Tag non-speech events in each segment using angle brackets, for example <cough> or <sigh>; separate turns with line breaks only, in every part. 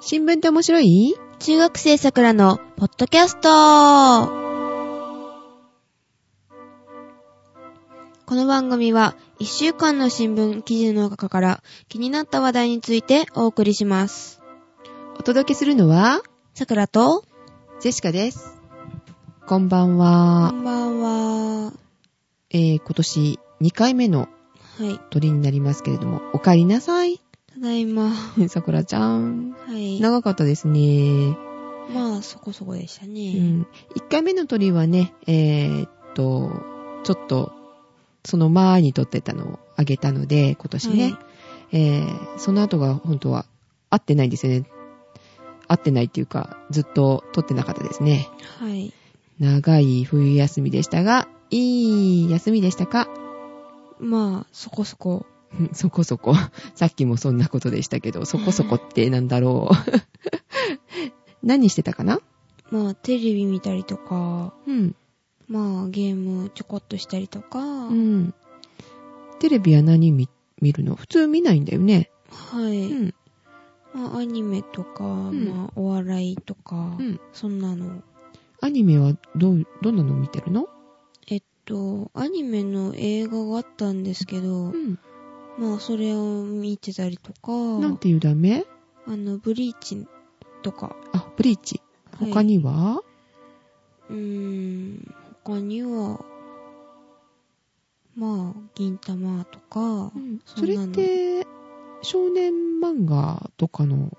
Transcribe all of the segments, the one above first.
新聞って面白い
中学生さくらのポッドキャストこの番組は1週間の新聞記事の中から気になった話題についてお送りします。
お届けするのは、
さくらと、
ジェシカです。こんばんは。
こんばんは。
えー、今年2回目の
はい。
鳥になりますけれども、お帰りなさい。 <laughs>
ただいま。は
さくらちゃん。
い。
長かったですね。
まあ、そこそこでした
う
ね。
ん。1回目の鳥はね、えー、っと、ちょっと、その前に撮ってたのをあげたので、今年ね。
はい
えー、その後が本当は合ってないんですよね。合ってないっていうか、ずっと撮ってなかったですね。
はい。
長い冬休みでしたが、いい休みでしたか <laughs>
まあ、そこそこ。
うんそこそこ。 <laughs> さっきもそんなことでしたけど、そこそこってなんだろう。 <laughs> 何してたかな
まあ、テレビ見たりとか、
うん。
まあ、ゲームちょこっとしたりとか、
うん。テレビは何見見るの普通見ないんだよね。
はい。
うん。
まあ、アニメとか、
ん
まあ、お笑いとか、
うん。
そんなの。
アニメはどう、どんなの見てるの
えっと、アニメの映画があったんですけど、
ん。
まあ、それを見てたりと
なん
か、
ていうダメ
あの、ブリーチとか、
あ、ブリーチ。
はい
他には、
うーん、他には、まあ、銀玉とか、
うん
そ
そ
ん
れ
な
っ
の
て、少年漫画とかの、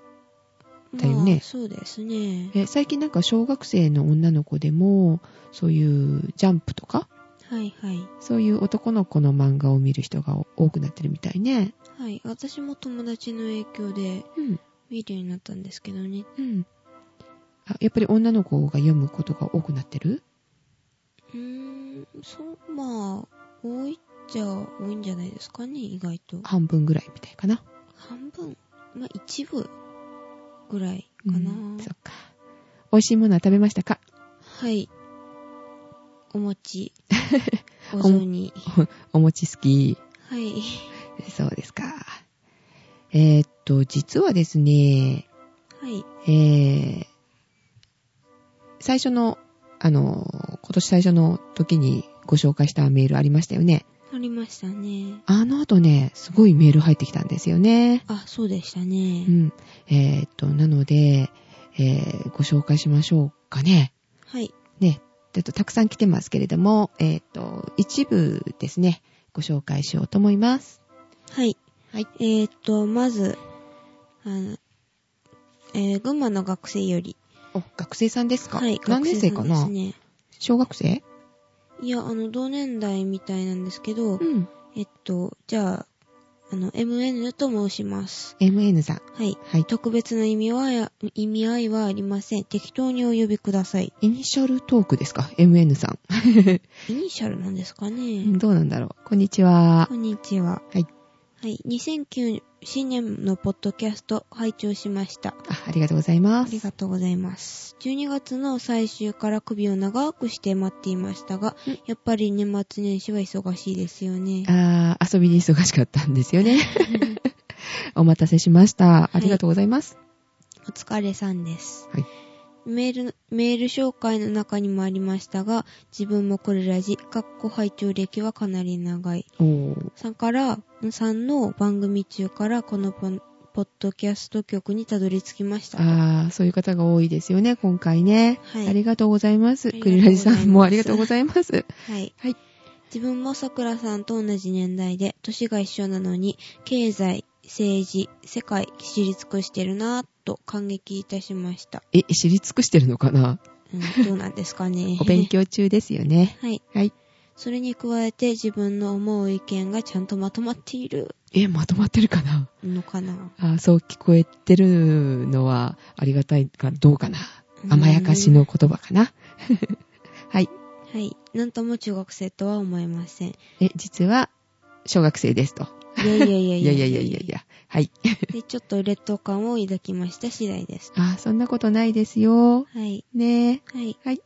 だよ
まあ、
ね
そうですね。
え最近なんか小学生の女の子でも、そういうジャンプとか、
はいはい。
そういう男の子の漫画を見る人が多くなってるみたいね。
はい。私も友達の影響で
うん。
見るようになったんですけどね。
うん。あ、やっぱり女の子が読むことが多くなってる
うーん、そう、まあ、多いっちゃ多いんじゃないですかね、意外と。
半分ぐらいみたいかな。
半分、まあ一部ぐらいかな。
うんそっか。美味しいものは食べましたか
はい。
<laughs>
お餅。お雑煮。
お餅好き。
はい。
そうですか。えーっと、実はですね、
はい。
えー最初の、あの、今年最初の時にご紹介したメールありましたよね。
ありましたね。
あの後ね、すごいメール入ってきたんですよね。
あ、そうでした
う
ね。
ん。えーっと、なので、えーご紹介しましょうかね。
はい。
ね。ちょっとたくさん来てますけれども、えーっと、一部ですね、ご紹介しようと思います。
はい。
はい。
えーっと、まず、あの、えー群馬の学生より。
お、学生さんですか
はい。
何年生か
学
な
さんですね。
小学生
いや、あの、同年代みたいなんですけ
う
ど、
ん。
えっと、じゃあ、あの、MN と申します。
MN さん。
はい。
はい。
特別な意味は、意味合いはありません。適当にお呼びください。
イニシャルトークですか ?MN さん。
イニシャルなんですかね。
どうなんだろう。こんにちは
こ。んにちは。
はい。
はい。2009新年のポッドキャスト拝聴しました。
あありがとうございま
あり
す。
がとうございます。12月の最終から首を長くして待っていましたが
うん、
やっぱり年末年始は忙しいですよ <laughs> ね。
あー遊びに忙しかったんですよね。お待たせしました。ありがとうございます。
お疲れさんです。
はい
メール、メール紹介の中にもありましたが、自分もこれラジ、かっこ拝聴歴はかなり長い。
おー
さんから、さんの番組中からこのポンポッドキャスト局にたどり着きました。あ
あーそういう方が多いですよね、今回ね。
はい
ありがとうございます。
ありが
ク
とうご
リ
ざ
ラ
いま
ジ
す
さんもありがとうございます。
はい。
はい。
自分もさくらさんと同じ年代で、年が一緒なのに、経済、政治、世界、知り尽くしてるなぁと感激いたしました。
え、知り尽くしてるのかな
うん、どうなんですか
<laughs> 。
ね
お勉。強中ですよね。
<laughs> はい。
はい。
それに加えて自分の思う意見がちゃんとまとまっている
え、まとまってるかな
のかな。
あーそう聞こえてるのはありがたいかどうかな。
うん
甘やかしの言葉かな。はい。
はい。なんとも中学生とは思え
<laughs>
ません。い
え、実は、小学生ですと。
やいやいや
いやいやいやいやいや。はい。 <laughs>
で、ちょっと劣等感を抱きました次第です。
あー、そんなことないですよ。
はい。
ね
はい。
はい。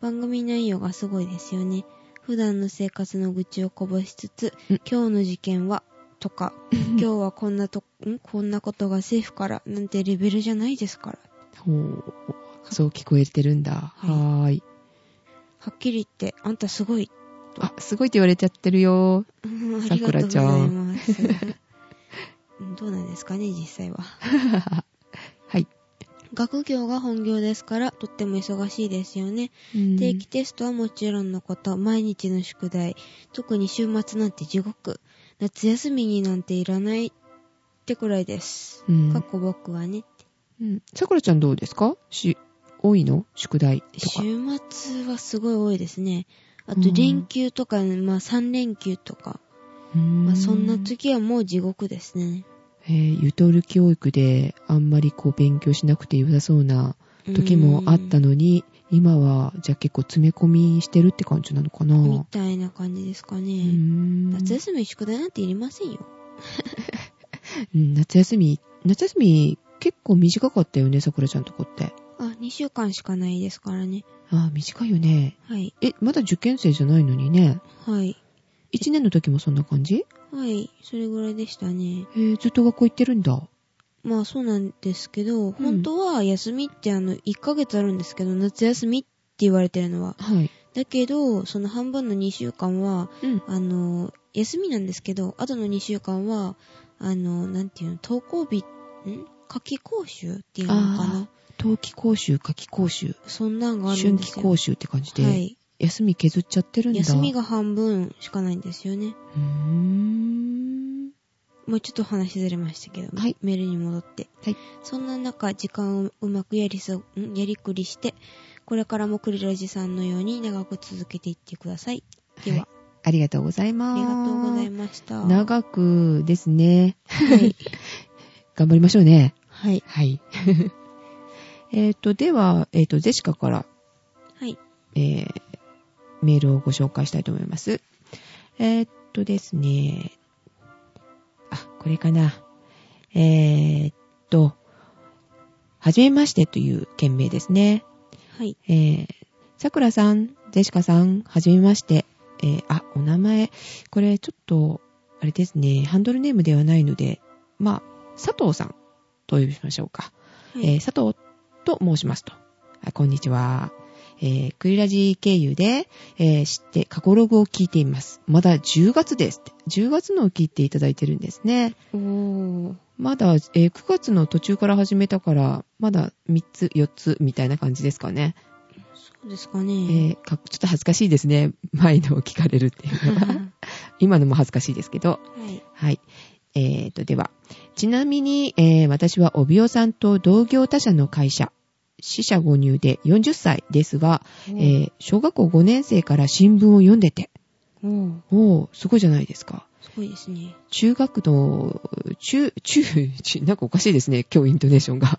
番組内容がすごいですよね。普段の生活の愚痴をこぼしつつ
うん、
今日の事件は、とか、今日はこんなと、んこんなことが政府からなんてレベルじゃないですから。
ほう。そう聞こえてるんだ。
はい
はーい。
はっきり言って、あんたすごい。
あ、すごいって言われちゃってるよ。
うんあ
さ
りが
く
とう
ら
ご
ち
ざ
ゃん
います。うんどうなんですかね、実際は。
<laughs> はい。
学業が本業ですから、とっても忙しいですよね。
うん
定期テストはもちろんのこと、毎日の宿題、特に週末なんて地獄、夏休みになんていらないってくらいです。
うん
かっこ僕はね。
うん。さくらちゃんどうですかし、多いの宿題と
週
か。
末はすごい多いですね。あ
う
と
ん
連休とか、まあ3連休とか、
うん
まあそんな時はもう地獄ですね。
えーゆとり教育であんまりこう勉強しなくて良さそうな時もあったのに、今はじゃあ結構詰め込みしてるって感じなのかな。
うんみたいな感じですか
う
ね。
ん
夏休み宿題なんていりませんよ。
うん夏休み、夏休み結構短かったよね、さくらちゃんとこって。
あ、2週間しかないですからね。
ああ、短いよね。
はい。
え、まだ受験生じゃないのにね。
はい。
1年の時もそんな感じ
はい。それぐらいでしたね。
えーずっと学校行ってるんだ。
まあそうなんですけど、本当は休みってあの、1ヶ月あるんですけど、夏休みって言われてるのは。
はい。
だけど、その半分の2週間は、
うん。
あの、休みなんですけど、後の2週間は、あの、なんていうの、登校日、ん夏季講習っていうのかな
冬季講習、夏季講習、
そんなんがあるん
春
です
季
よ。
講習って感じで、
はい。
休み削っちゃってるんだ。
休み
が。
が半分しかないんですよね。
うーん。
もうちょっと話ずれましたけど、
はい
メールに戻って。
はい
そんな中、時間をうまくやりそ、んやりくりして、これからもクリラジさんのように長く続けていってください。では、
ありがとうございます。
ありがとうございました。
長くですね。
はい。
頑張りましょうね。
はい。
はい。 <laughs> えっと、では、えっ、と、ジェシカから、
はい。
えーメールをご紹介したいと思います。えっとですね。あ、これかな。えっと、はじめましてという件名ですね。
はい。
えー、さくらさん、ジェシカさん、はじめまして。えー、あ、お名前、これちょっと、あれですね、ハンドルネームではないので、まあ、佐藤さんとお呼びしましょうか。
はい。
えー、佐藤と申しますと。あこんにちは。えー、クリラジ経由で、えー知って、過去ログを聞いています。まだ10月ですって。10月のを聞いていただいてるんですね。
おー。
まだ、えー9月の途中から始めたから、まだ3つ、4つみたいな感じですかね。
そうですかね。
えーかちょっと恥ずかしいですね。 <laughs> 前のを聞かれるっていうの
<laughs>
は。今のも恥ずかしいですけど。
はい。
はい。えーと、では。ちなみに、えー私は帯尾さんと同業他社の会社、死者誤入で40歳ですが、えー小学校5年生から新聞を読んでて、
おー
おー、すごいじゃないですか。
すごいですね。
中学の、中、中、中なんかおかしいですね、今日イントネーションが。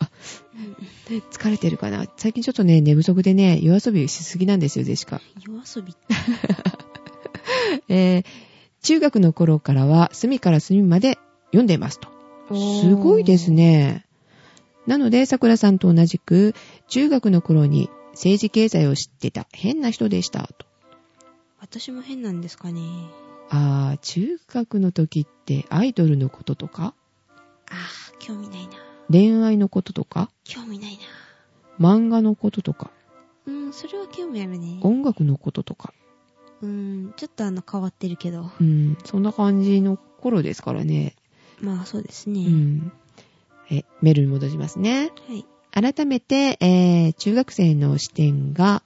うん
疲れてるかな最近ちょっとね、寝不足でね、夜遊びしすぎなんですよ、でしか。
夜遊び。
えー中学の頃からは隅から隅まで読んでますと。すごいです。ね。なので、桜さんと同じく、中学の頃に政治経済を知ってた変な人でしたと。
私も変なんですかね。
あー、中学の時ってアイドルのこととか、
あー、興味ないな。
恋愛のこととか、
興味ないな。
漫画のこととか、
うん、それは興味あるね。
音楽のこととか、
うん、ちょっとあの、変わってるけど。
うん、そんな感じの頃ですからね。
まあ、そうです
う
ね。
ん。え、メールに戻しますね。
はい。
改めて、えー中学生の視点が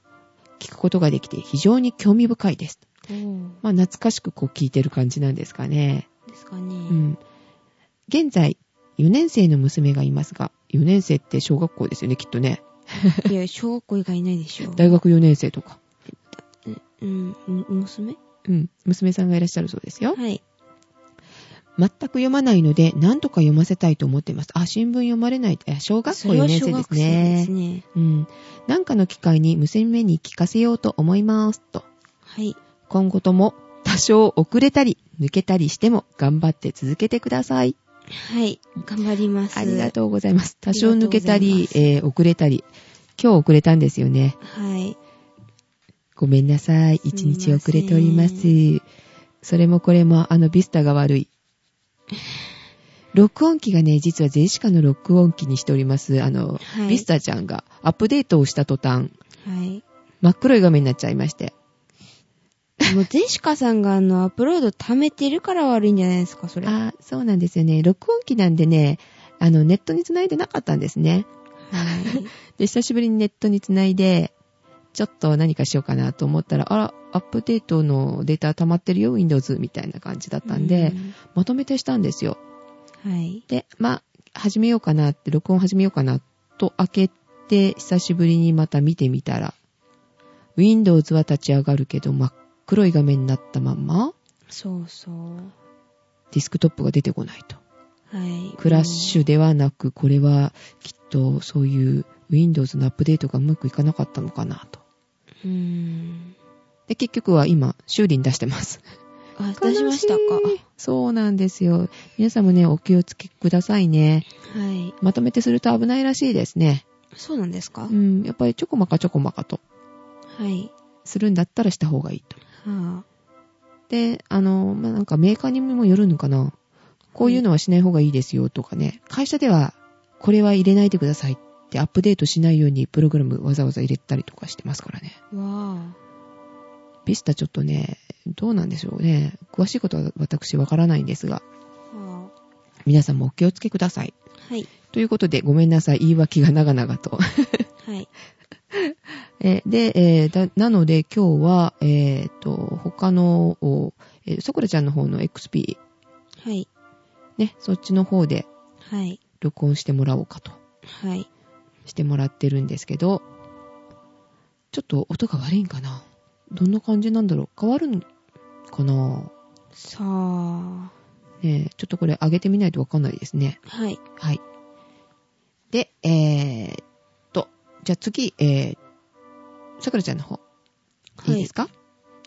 聞くことができて非常に興味深いです。
おー。
まあ、懐かしくこう聞いてる感じなんですかね。
ですか
う
ね。
ん。現在、4年生の娘がいますが、4年生って小学校ですよね、きっとね。
いや、小学校以外いないでしょ。
大学4年生とか。
うん、む娘
うん。娘さんがいらっしゃるそうですよ。
はい。
全く読まないので、なんとか読ませたいと思っています。あ、新聞読まれない。あ小学校
それ
4
は
年
小
生です
学生で
ね
す。ね。
うん。なんかの機会に娘に聞かせようと思います。と。
はい。
今後とも多少遅れたり抜けたりしても頑張って続けてください。
はい。頑張ります。
ありがとうございます。多少抜けた
あり
り
が、とうござ
えー遅れたり。今日遅れたんですよね。
はい。
ごめんなさい。
すみませ
一
ん
日遅れております。それもこれもあのビスタが悪い。録音機がね、実はゼシカの録音機にしております。あの、
はい
ビスタちゃんがアップデートをした途端、
はい。
真っ黒い画面になっちゃいまして。
もう、ゼシカさんがあの、アップロード溜めてるから悪いんじゃないですか、それ。 <laughs> は
あーそうなんですよね。録音機なんでね、あの、ネットにつないでなかったんですね。
い。
で、久しぶりにネットにつないで、ちょっと何かしようかなと思ったら、あら、アップデートのデータ溜まってるよ、Windows みたいな感じだったんで、まとめてしたんですよ。
うん、はい。
で、まあ、始めようかなって、録音始めようかなと開けて、久しぶりにまた見てみたら、Windows は立ち上がるけど、真っ黒い画面になったまんま、
そうそう。
ディスクトップが出てこないと。
はい。
クラッシュではなく、これはきっとそういう Windows のアップデートがうまくいかなかったのかなと。
うん。うん。
で、結局は今、修理に出してます。
あ、出しましたか。
悲い <laughs> そうなんですよ。皆さんもね、お気をつけくださいね。
はい。
まとめてすると危ないらしいですね。
そうなんですか、
うん、やっぱりちょこまかちょこまかと
はい。
するんだったらした方がいいと。
は
で、あの、まあ、なんかメーカーにもよるのかな。こういうのはしない方がいいですよとかね。会社では、これは入れないでくださいってアップデートしないようにプログラムわざわざ入れたりとかしてますからね。
あ。わ
ビスタちょっとね、どうなんでしょうね。詳しいことは私わからないんですが、
あ。は
皆さんもお気をつけください。
あ。はい。
ということで、ごめんなさい。言い訳が長々と。 <laughs>
はい。
えで、えーだなので今日は、えっ、と、他の、おえー、さくらちゃんの方の XP、
はい。
ね、そっちの方で
はい。
録音してもらおうかと、
はい。
してもらってるんですけど、ちょっと音が悪いんかなどんな感じなんだろう変わるんかな
さあ。
ねえちょっとこれ上げてみないとわかんないですね。
はい。
はい。で、えー、っと、じゃあ次、えー、さくらちゃんの方、いいですか、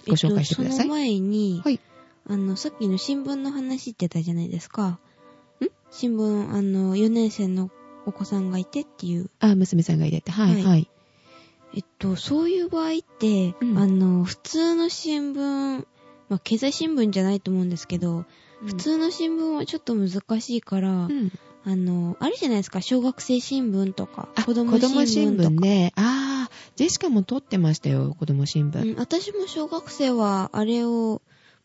ご紹介してください。
えっと、その前に、
はい。
あの、さっきの新聞の話ってたじゃないですか。新聞、あの、4年生のお子さんがいてっていう。
あ、娘さんが入れて、はい、はい、
はいえっと、そういう場合って、
うん
あの、普通の新聞、まあ、経済新聞じゃないと思うんですけど、普
普
通の新聞はちょっと難しいから、あの、あるじゃないですか、小学生新聞とか、
あ
子
子
供
供
新聞とか。
新聞ね。ああ、ジェシカも撮ってましたよ、子供新
う
聞。
ん、私も小学生は、あれを、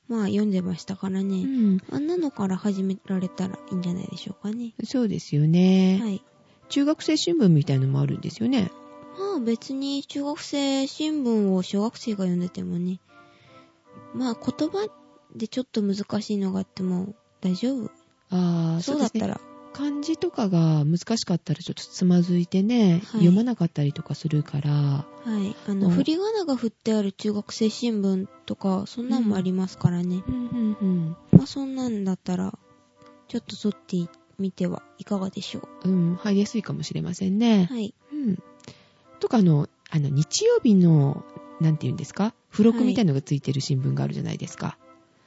まあ、読んでましたからね。
うん。
あんなのから始められたらいいんじゃないでしょうかね。
そうですよね、
はい。
中学生新聞みたいのもあるんですよね。
まあ別に中学生新聞を小学生が読んでてもね、まあ言葉でちょっと難しいのがあっても大丈夫。
ああ、
そうだったら。
漢字とかが難しかったらちょっとつまずいてね、読まなかったりとかするから、
はい。あ
う
の、
ん
振り仮名が振ってある中学生新聞とか、そんなんもありますからね。
うんうんうん。
まあそんなんだったら、ちょっと撮ってみてはいかがでしょう。
うん、入りやすいかもしれませんね。
はい。
うん。とかあの、あの、日曜日の、なんて言うんですか付録みたいのがついてる新聞があるじゃないですか。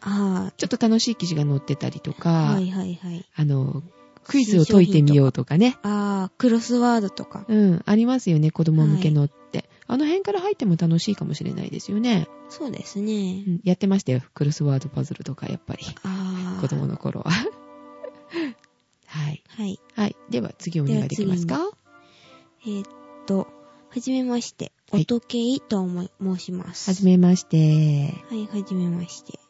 あ
ちょっと楽しい記事が載ってたりとか、
あ、はいはいはい。
あの、クイズを解いてみようとかね。
ああ、クロスワードとか。
うん、ありますよね、子供向けのって。あの辺から入っても楽しいかもしれないですよね。
そうです
う
ね。
ん、やってましたよ、クロスワードパズルとか、やっぱり、
ああ。
子供の頃は。 <laughs> はい。
はい。
はい。では、次お願いできますか
えーっと、はじめまして、
はい
おとけいとも申します。
はじめまして。
はい、はじめまして。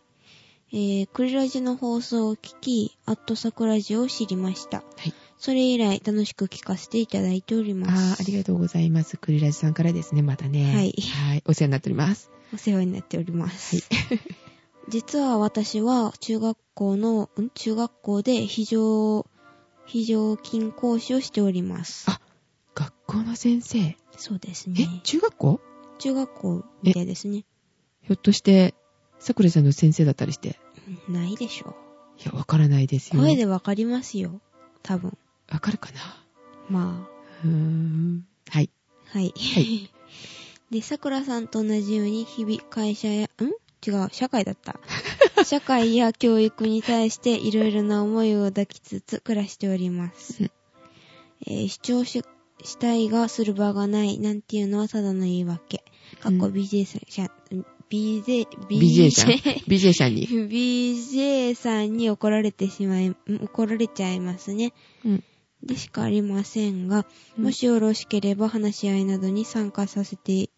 えー、クリラジの放送を聞き、アットサクラジを知りました。
はい。
それ以来、楽しく聞かせていただいております。
あーありがとうございます。クリラジさんからですね、またね。
はい
はい。お世話になっております。
お世話になっております。 <laughs> 実は私は、中学校の、ん中学校で非常、非常勤講師をしております
あ。学校の先生。え、
そうですね。
中学校
中学校みたいですね。
ひょっとして、さくらちゃんの先生だったりして。
うんないでしょう。
いや、わからないですよ。
声でわかりますよ。多分。
わかるかな
ま
うーん。はい。
あ。はい。 <laughs>
い
で、さくらさんと同じように、日々会社や、ん違う、社会
<laughs>
だった。社会や教育に対していろいろな思いを抱きつつ暮らしております。
うん
えー主張ししたいがする場がないなんていうのはただの言い訳。かっこ
うん
BJ さん、 BJ、
BJ
<laughs>
ちゃん。BJ ちゃんに。
BJ さんに怒られてしまい、ん怒られちゃいますね。
うん。
でしかありませんが、
うん
もしよろしければ話し合いなどに参加させて、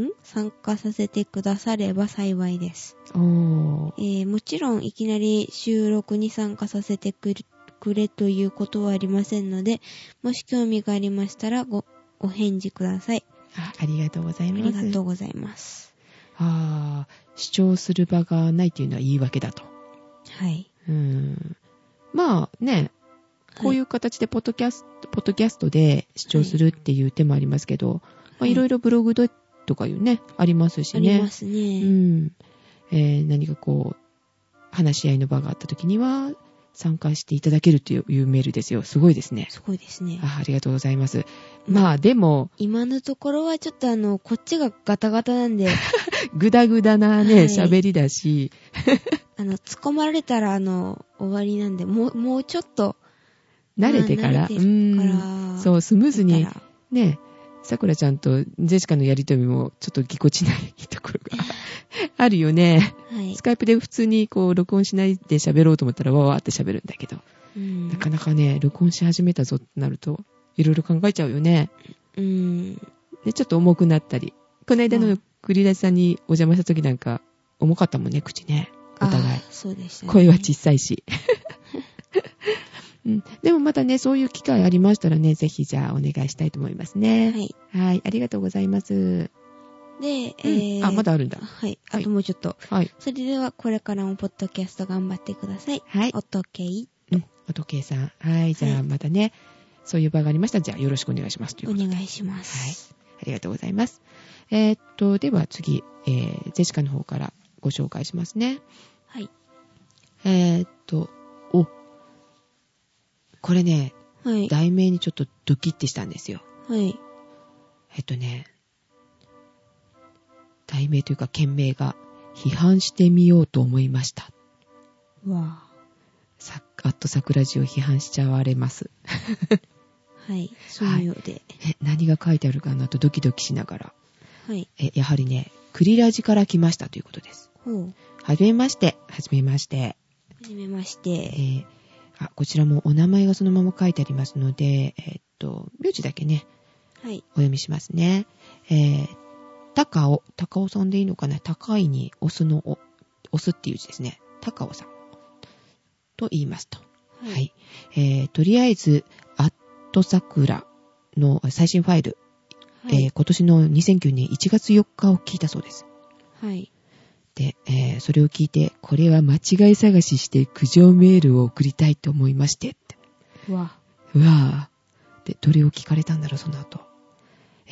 ん参加させてくだされば幸いです。
お
え
ー。
ーもちろんいきなり収録に参加させてくれくれということはありませんので、もし興味がありましたらご、お返事ください。
あありがとうござい
あ
ま
り
す。
がとうございます。
あー主張する場がないっていうのは言い訳だと。
はい。
うん。まあね、こういう形でポッドキャスト、ポッドキャストで視聴するっていう手もありますけど、まあ、
はい
いろいろブログでとかいうね、ありますし
あ
ね。
ります
う
ね。
ん。えー何かこう、話し合いの場があった時には、参加していただけるといういうメールですよ。すごいですね。
すごいですね。
あありがとうございます。まあ、でも、
今のところはちょっとあの、こっちがガタガ
<laughs>
タなんで、
ぐだぐだな
は
ね、
い
喋、りだし、
あの、突っ込まれたらあの、終わりなんで、もう、もうちょっと、
慣れてから、
まあ慣れてから
うんそう、スムーズに
だ、から
ね、さくらちゃんとジェシカのやりとりもちょっとぎこちないとこ
<laughs>
ろがあるよね。
はい
ス。カイプで普通にこう録音しないで喋ろうと思ったらわわーって喋るんだけど、
うん
なかなかね、録音し始めたぞってなると、いろいろ考えちゃうよね。
うん。
で、ちょっと重くなったり。この間
う
の
ん
栗田さんにお邪魔した時なんか、重かったもんね、口ね。お互い
あ。ーそうでしたね。
声は小さい
<laughs>
し。うん、でもまたね、そういう機会ありましたらね、ぜひじゃあお願いしたいと思いますね。
はい。
はい、ありがとうございます。
で、
う
え
ん
ー、
あ、まだあるんだ。
はい。
は
あ
い
ともうちょっと。
はい。
それでは、これからもポッドキャスト頑張ってください。
はい。
おとけい。
うん、お時計さん。はい、じゃ
は
あ
い
またね、そういう場がありましたら、じゃあよろしくお願いしますという
お
ことで。
願いします。
ありがとうございます。えーっと、では次、えー、ジェシカの方からご紹介しますね。
はい。
えーっと、お、これね、
はい。
題名にちょっとドキッてしたんですよ。
はい。
えっとね、題名というか件名が、批判してみようと思いました。
わ
さアットサクラジを批判しちゃわれます。
ーはい。そういうようで。
え、何が書いてあるかなとドキドキしながら。
はい。
え、やはりね、クリラジから来ましたということです。
ほう。
はじめまして。はじめまして。
はじめまし
え
て。
ーあ、こちらもお名前がそのまま書いてありますので、えーっと、名字だけね、
はい。
お読みしますね。えー、高尾、高尾さんでいいのかな高いに、オスのお、オスっていう字ですね。高尾さん。と言いますと。はい。。えー、とりあえず、アットサクラの最新ファイル、
は
えー
い。
今年の2009年1月4日を聞いたそうです。
はい。
で、えーそれを聞いて、これは間違い探しして苦情メールを送りたいと思いましてって。
わ
うわぁ。で、どれを聞かれたんだろう、その後。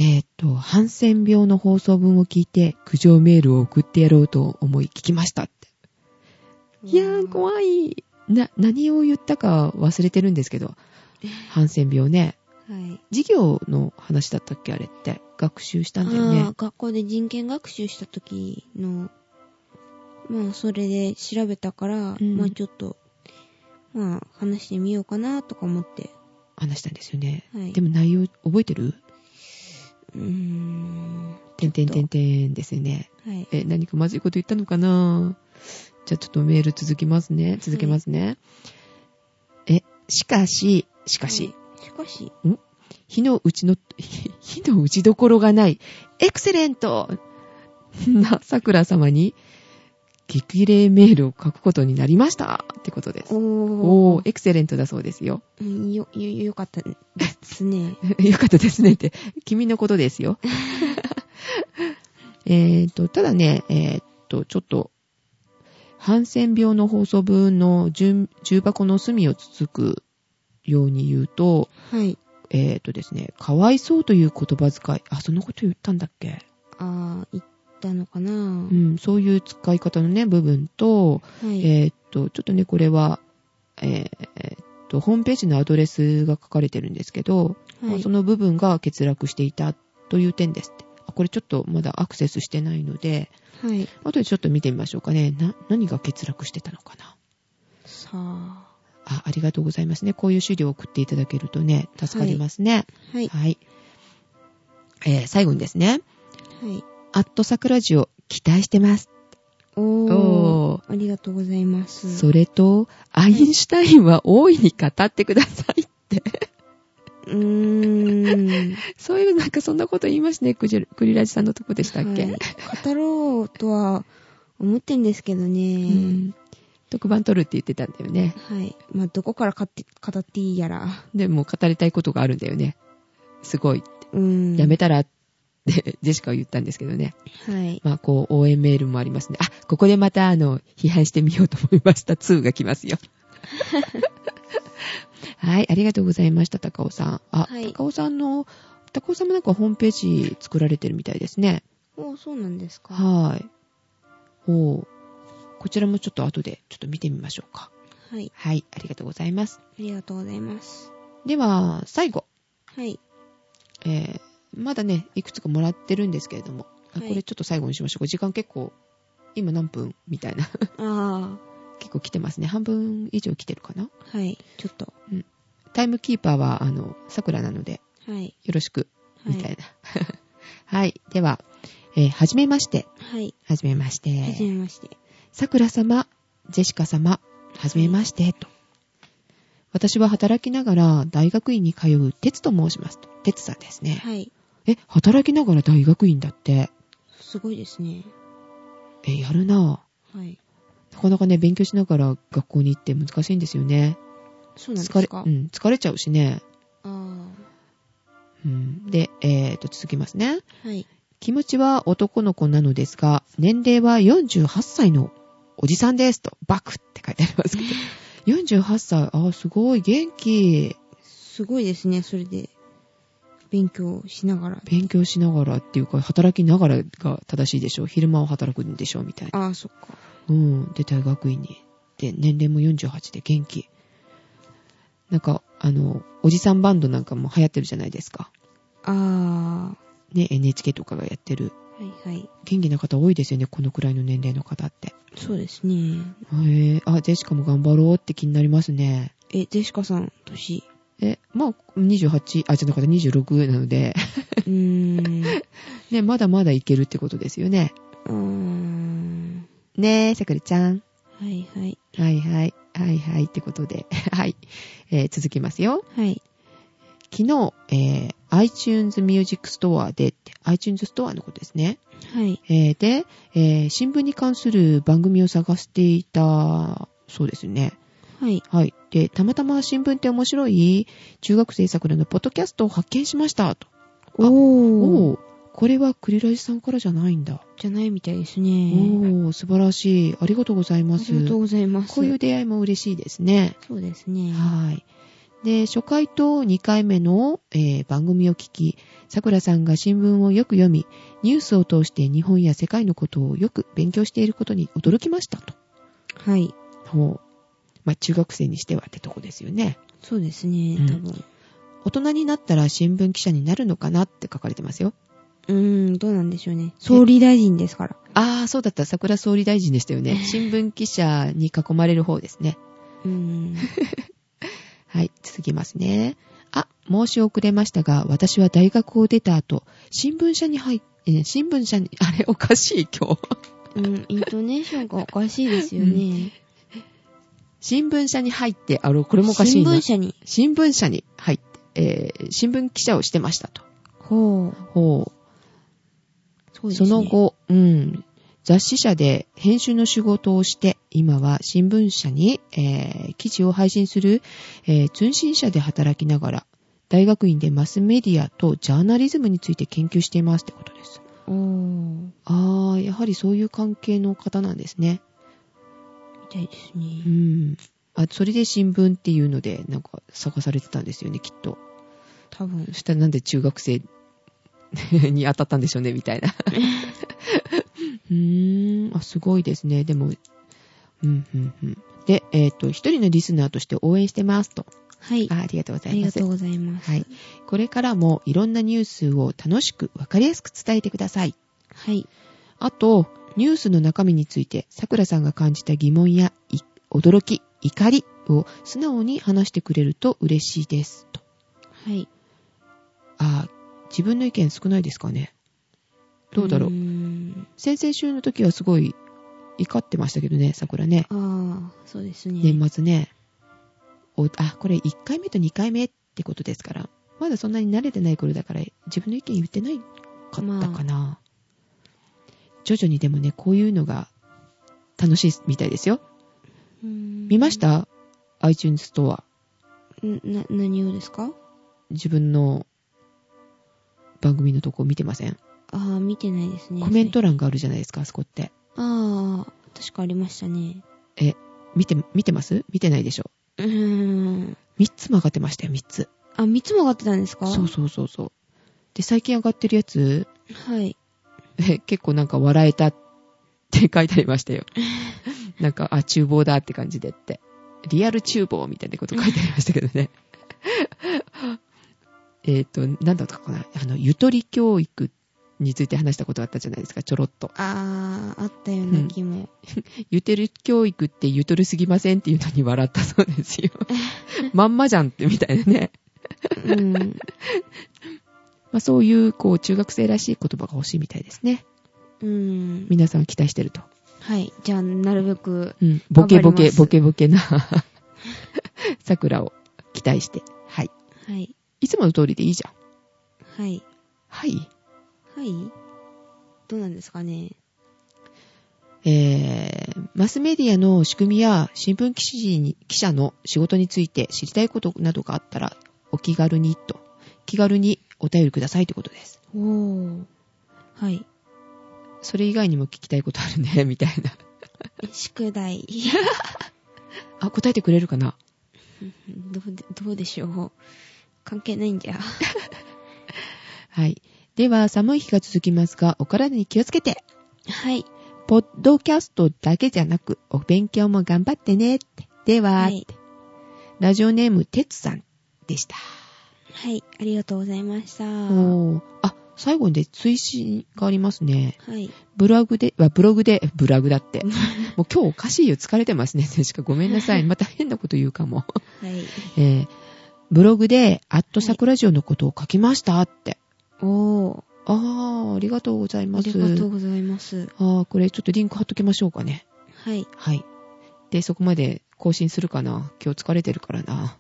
えーっと、ハンセン病の放送分を聞いて、苦情メールを送ってやろうと思い聞きましたって。いやー、
い。
怖い。な、何を言ったか忘れてるんですけど、ハンセン病ね。
はい。
授業の話だったっけ、あれって。学習したんだよ
あ
ね
ー。学校で人権学習した時の、まあ、それで調べたから、
うん
まあ、ちょっと、まあ、話してみようかな、とか思って。
話したんですよね。
はい。
でも内容覚えてる
うーん。
てんてんてんてんですよね。
はい。
え、何かまずいこと言ったのかなじゃあちょっとメール続きますね。続けますね。え、しかし、しかし、
はい。しかし、
火の打ちの、 <laughs> 火の打ちどころがない、エクセレントな桜様に、激励メールを書くことになりましたってことです。お
お
ー、エクセレントだそうですよ。
ー。よ、よ、よかったで
<laughs>
すね。
よかったですねって、君のことですよ。 <laughs> えっと、ただね、えーっと、ちょっと、ハンセン病の放送分の重重箱の隅をつつくように言うと、
はい。
えーっとですね、かわいそうという言葉遣い、あ、そのこと言ったんだっけ
あー、言ったのかな、
うん、そういう使い方のね、部分と、
はい。
えーっと、ちょっとね、これは、えーえーっと、ホームページのアドレスが書かれてるんですけど、ま
は
あ
い
そ。の部分が欠落していたという点ですって。あこれちょっとまだアクセスしてないので、
はい。
後でちょっと見てみましょうかね。な、何が欠落してたのかな。
さあ。
あ、ありがとうございますね。こういう資料を送っていただけるとね、助かりますね。は
は。
いい。えー最後にですね、
はい。
アットサクラジオ期待してます。
おー。
おー
ありがとうございます。
それと、アインシュタインは大いに語ってくださ
<laughs>
いって。
うーん。
そういう、なんかそんなこと言いましたね、クジクリラジさんのとこでしたっけ。
はい語ろうとは思ってんですけど
う
ね。
ん。特番撮るって言ってたんだよね。
はい。まあ、どこから語って語っていいやら。
でも語りたいことがあるんだよね。すごい。
うん。
やめたらって、 <laughs> ジェシカは言ったんですけどね。
はい。
まあ、こう、応援メールもありますね。あ、ここでまた、あの、批判してみようと思いました。2が来ます
<laughs>
よ。はい、ありがとうございました、高尾さん。あ、
はい
高尾さんの、高尾さんもなんかホームページ作られてるみたいですね。
おーそうなんですか。は
はい。おうこちらもちょっと後で、ちょっと見てみましょうか。
い。
はい、ありがとうございます。
ありがとうございます。
では、最後。
はい。
えーまだね、いくつかもらってるんですけれども、あ
はい
これちょっと最後にしましょうか。時間結構、今何分みたいな。 <laughs>
あ
結構来てますね。半分以上来てるかな。
あ。はい。ちょっと。
タイムキーパーは、あの、桜なので、
はい。
よろしく、
は
みたい
い。
な。 <laughs> はい、では、えーはじめまして。
はい。
はじめまし
はじ
て。
めまして。
桜様、ジェシカ様、はじめまして、と。私は働きながら大学院に通う哲と申しますと。哲さんですね。
はい。
え、働きながら大学院だって。
すごいですね。
え、やるなぁ。
はい。
なかなかね、勉強しながら学校に行って難しいんですよね。
そうなんです
疲れ、
か。
うん、疲れちゃうしね。
あ
うん。で、えーと、続きますね。
あ。はい。
気持ちは男の子なのですが、年齢は48歳のおじさんですと、バクって書いてありますけど。48歳、あーすごい、元気。
すごいですね。それで、勉強しながら。
勉強しながらっていうか、働きながらが正しいでしょう。昼間は働くんでしょう、みたいな。
ああ、そっか。
うん。で、大学院に。で、年齢も48で元気。なんか、あの、おじさんバンドなんかも流行ってるじゃないですか。
あ
ね、NHK とかがやってる。
あ。はいはい。
元気な方多いですよね、このくらいの年齢の方って。
そうですね。
へえ、あ、ジェシカも頑張ろうって気になりますね。
え、ジェシカさん、年。
え、まあ、28、あ、じゃなかった、26なので、
うー <laughs> ん。
ね、まだまだいけるってことですよね。
うーん。
ねえ、さくらちゃん。
はいはい。
はいはい、はいはいってことで、 <laughs> はい、えー続きますよ。
はい。
昨日、えー iTunes Music Store でって、iTunes Store のことですね。
はい。
えーで、えー新聞に関する番組を探していた、そうですね。
はい。
はい。で、たまたま新聞って面白い中学生桜のポッドキャストを発見しましたと。
おー。
おーこれはクリラジさんからじゃないんだ。
じゃないみたいです
お
ね。
ー、素晴らしい。ありがとうござい
あ
ます。
りがとうございます。
こういう出会いも嬉しいですね。
そうですね。
はい。で、初回と2回目の、えー番組を聞き、桜さんが新聞をよく読み、ニュースを通して日本や世界のことをよく勉強していることに驚きましたと。
はい。
ほう。まあ、中学生にしてはってとこですよね。
そうですね
うん。
多分。
大人になったら新聞記者になるのかなって書かれてますよ。
うーん、どうなんでしょうね。総理大臣ですから。
ああ、そうだった。桜総理大臣でしたよね。新聞記者に囲まれる方ですね。
うー <laughs> ん。
はい、続きますね。あ、申し遅れましたが、私は大学を出た後、新聞社に入っえー新聞社に、 <laughs> あれ、おかしい、今日。 <laughs>
うん、イントネーションがおかしいですよね。
新聞社に入って、あれ、これもおかしいな。
新
新
聞
聞社
社に。
に入って、えー新聞記者をしてましたと。
ほう。
ほ
そう
う。
で
そ
すね。
の。後、うん、雑誌社で編集の仕事をして、今は新聞社に、えー記事を配信する、えー通信社で働きながら、大学院でマスメディアとジャーナリズムについて研究していますってことです。
おー。み
ああ、やはりそういう関係の方なんですね。
たいです
う
ね。
ん。あ、それで新聞っていうので、なんか探されてたんですよね、きっと。
多分
そ。したらなんで中学生 <laughs> に当たったんでしょうね、みたい
<laughs>
な。うーん、あ、すごいですね。でも、うん、うん、うん。で、えっ、と、一人のリスナーとして応援してますと。
はい。
あありがとうご
あ
ざい
り
ま
が
す
とう。ございます。
はい。これからもいろんなニュースを楽しく、わかりやすく伝えてください。
はい。
あと、ニュースの中身について、桜さんが感じた疑問やい驚き、怒りを素直に話してくれると嬉しいです。と。
はい。
あー自分の意見少ないですかね。どうだろう。
ーん
先々週の時はすごい怒ってましたけどね、桜ね。
ああ、そうですね。
年末ね。おあ、これ1回目と2回目ってことですから、まだそんなに慣れてない頃だから、自分の意見言ってないかったかな。徐々にでもね、こういうのが楽しいみたいですよ。見
見
ました ?iTunes ストア。
な、何をですか
自分の番組のとこ見てません。
ああ、見てないですね。
コメント欄があるじゃないですか、あそこって。
ああ、確かありましたね。
え、見て、見てます見てないでしょ。
うーん。
3つも上がってましたよ、3つ。
あ、3つも上がってたんですか
そうそうそうそう。で、最近上がってるやつ、
はい。
え結構なんか笑えたって書いてありましたよ。なんか、あ、厨房だって感じでって。リアル厨房みたいなこと書いてありましたけどね。 <laughs> えっと、なんだったかな。あの、ゆとり教育について話したことあったじゃないですか、ちょろっと。
ああ、あったような気も。
ゆとり教育ってゆとりすぎませんっていうのに笑ったそうですよ。まんまじゃんってみたいなね。
うん。
まあそういう、こう、中学生らしい言葉が欲しいみたいですね。
うん。
皆さん期待してると。
はい。じゃあ、なるべく、
うん。ボケボ
頑
ケ、
張ります
ボケボケな、 <laughs> 桜を期待して。はい。
はい。
いつもの通りでいいじゃん。
はい。
はい。
はいどうなんですかね。
えー、マスメディアの仕組みや新聞記事に記者の仕事について知りたいことなどがあったら、お気軽にと、気軽にお便りくださいということです。
おー。はい。
それ以外にも聞きたいことあるね、み <laughs> たいな。
宿題。 <laughs>
あ、答えてくれるかな
どうで、どうでしょう。関係ないんじゃ。
はい。では、寒い日が続きますが、お体に気をつけて、
はい。
ポッドキャストだけじゃなく、お勉強も頑張ってねって。では、
は
っ
い
てラジオネーム、てつさんでした。
はい。ありがとうございました。は
おーあ、最後にで追伸がありますね。
い。
ブログで、あブログで、ブログだって。もう今日おかしいよ、疲れてますね、 <laughs> 選手か。ごめんなさい。また変なこと言うかも。 <laughs>
はい。
えーブログで、アット桜ジオのことを書きましたって。
おー。
ああ、ありがとうござい
あ
ます。
りがとうございます。
ああ、これちょっとリンク貼っときましょうかね。
はい。
はい。で、そこまで更新するかな。今日疲れてるからな。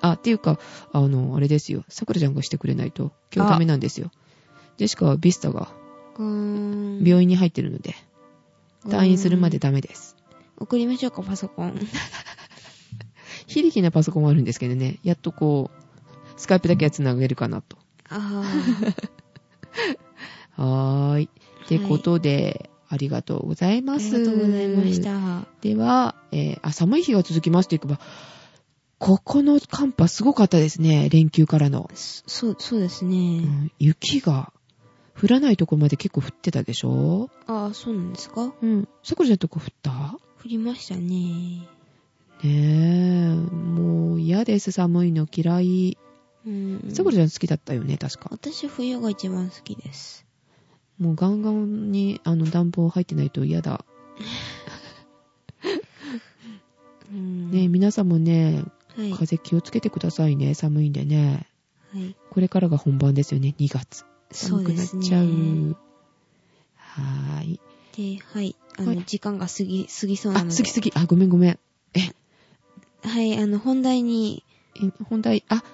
あ、っていうか、あの、あれですよ。さくらちゃんがしてくれないと、今日ダメなんですよ。ジェシカはビスタが
うーん
病院に入ってるので、退院するまで。
うーん
ダメです。
送りましょうか、パ
<laughs>
ソコン。
非力なパソコンはあるんですけどね、やっとこう、スカイプだけは繋げるかなと。
あ
<laughs> はーい。ってことで、ありがとうござい
あ。あ
ま
り
す。
がとうございました。は
では、えーあ、寒い日が続きますというか、ここの寒波すごかったですね、連休からの。
そそう、そうです
う
ね。
ん、雪が降らないとこまで結構降ってたでしょ
ああ、そうなんですか
うん。さくらちゃんとこ降った
降りましたね。
ねえ、もう嫌です、寒いの嫌い。
うん。
さくらちゃん好きだったよね、確か。
私、冬が一番好きです。
もうガンガンにあの暖房入ってないと嫌だ。
うん。
ねえ皆さんもね、
はい。は
風邪気をつけてくださいね、寒いんでね。
い。
これからが本番ですよね、2月。
そうです
寒くなっ
ね。
ちゃう。はーい。
で、はい。あの、
はい
時間が過ぎ、過ぎそうな
あ、
ので。
すぎすぎ。あ、ごめんごめん。
はい、あの、本題に、
え本題、あ、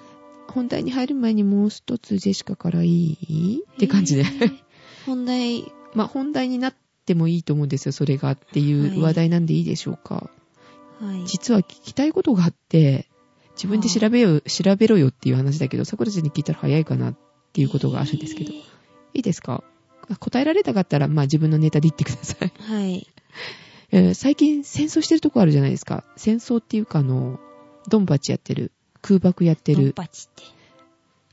本題に入る前にもう一つジェシカからいいって感じで。
えー <laughs> 本題、
<laughs> まあ、本題になってもいいと思うんですよ、それがっていう話題なんでいいでしょうか。
はい。
実は聞きたいことがあって、自分で調べよ、調べろよっていう話だけど、桜ちゃんに聞いたら早いかなっていうことがあるんですけど。
え
いいですかあ答えられたかったら、まあ自分のネタで言ってください。 <laughs>
ーはい。
えー最近戦争してるとこあるじゃないですか。戦争っていうかあの、ドンバチやってる、空爆やって
ドン
る。
パチって。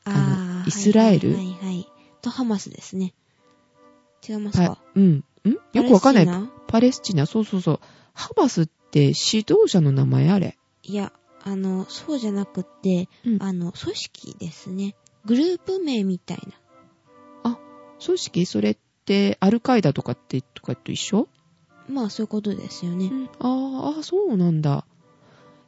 あの
あー
イスラエル
はいはいはい。とハマスですね。違います
パ
か
うん。んよくわかんない。
パレ
パ
スチナ
レスチナ、そうそうそう。ハマスって指導者の名前あれ。
いや、あの、そうじゃなくって、
うん
あの、組織ですね。グループ名みたいな。
組織それって、アルカイダとかって、とかと一緒、
まあ、そういうことですよね。
あーあ、そうなんだ。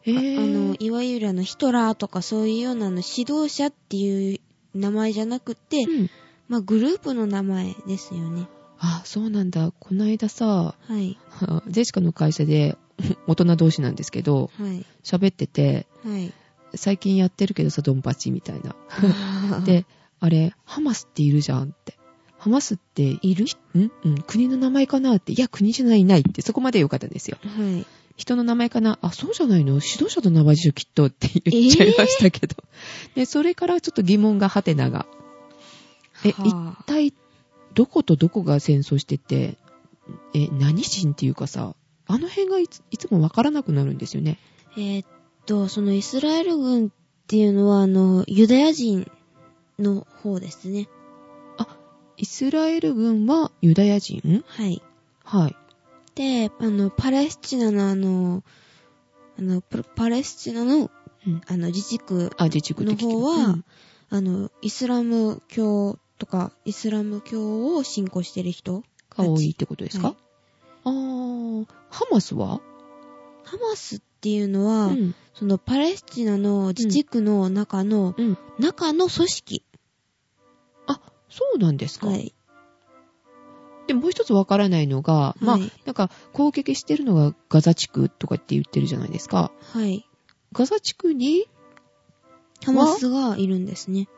えー、
あの、いわゆるあの、ヒトラーとかそういうようなあの、指導者っていう名前じゃなくて、
うん
まあ、グループの名前ですよね。
あ、そうなんだ。こないださ、 <laughs>
はい。
ジェシカの会社で <laughs> 大人同士なんですけど、
はい。
喋ってて、
<laughs> はい。
最近やってるけどさ、ドンパチみたいな。
あー、
で、あれ、ハマスっているじゃんって。ハマスっているんうん、国の名前かなって。いや、国じゃない、ないって。そこまで良かったんですよ。
はい。
人の名前かなあ、そうじゃないの指導者の名前でしょ、きっとって言っちゃいましたけど。で、それからちょっと疑問がハテナが。え
は
一体、どことどこが戦争してて、え、何人っていうかさ、あの辺がいついつもわからなくなるんですよね。
えーっと、そのイスラエル軍っていうのは、あの、ユダヤ人の方ですね。
イスラエル軍はユダヤ人
はい。
はい。
で、あの、パレスチナのあの、あの、パパレスチナの、
うん
あの、自治区、
あ、自治区的
の方はあの、イスラム教とか、イスラム教を信仰してる人
が多いってことですか、
はい
あー、ハマスは
ハマスっていうのは、
うん。
そのパレスチナの自治区の中の、
うん。
中の組織。
あ、そうなんですか。
はい。
で、もう一つわからないのが、まあ
はい、
なんか、攻撃してるのがガザ地区とかって言ってるじゃないですか。
はい。
ガザ地区に
ハマスがいるんですね。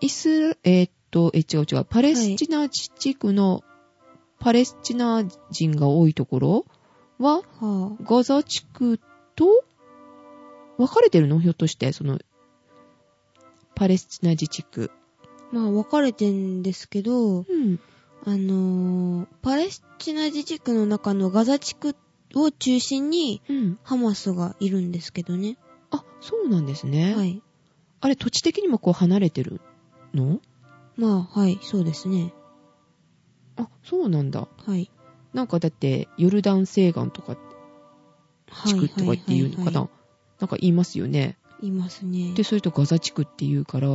イスラ、えーっと、え、違う違う、パレスチナ自治区のパレスチナ人が多いところは、
はぁ、
ガザ地区と分かれてるのひょっとして、その、パレスチナ自治区。
まあ、分かれてんですけど、
うん。
あのーパレスチナ自治区の中のガザ地区を中心に、
うん。
ハマスがいるんですけどね。
あ、そうなんですね。
はい。
あれ、土地的にもこう離れてるの
まあ、はい、そうですね。
あ、そうなんだ。
はい。
なんかだって、ヨルダン西岸とか
はい
地区とかっていうのかな、
はいは
なんか言いますよね。
いいますね。
で、それとガザ地区っていうから、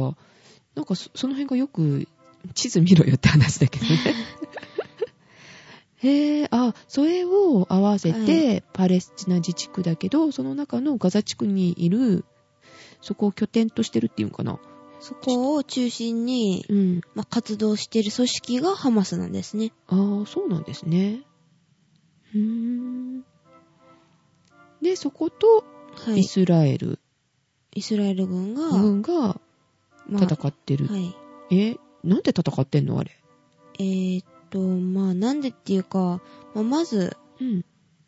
なんかそその辺がよく地図見ろよって話だけ
<laughs>
どね。へえ、あ、それを合わせて、パレスチナ自治区だけど、その中のガザ地区にいる、そこを拠点としてるっていうのかな。
そこを中心に、
うん。
まあ、活動している組織がハマスなんですね。
ああ、そうなんですね。うーん。で、そこと、
は
イ
い。
スラエル
イスラエル軍が、
軍が
まあ、
戦ってる。
はい。
え、なんで戦ってんのあれ。
えー、っと、まあ、なんでっていうか、まあ、まず、
うん。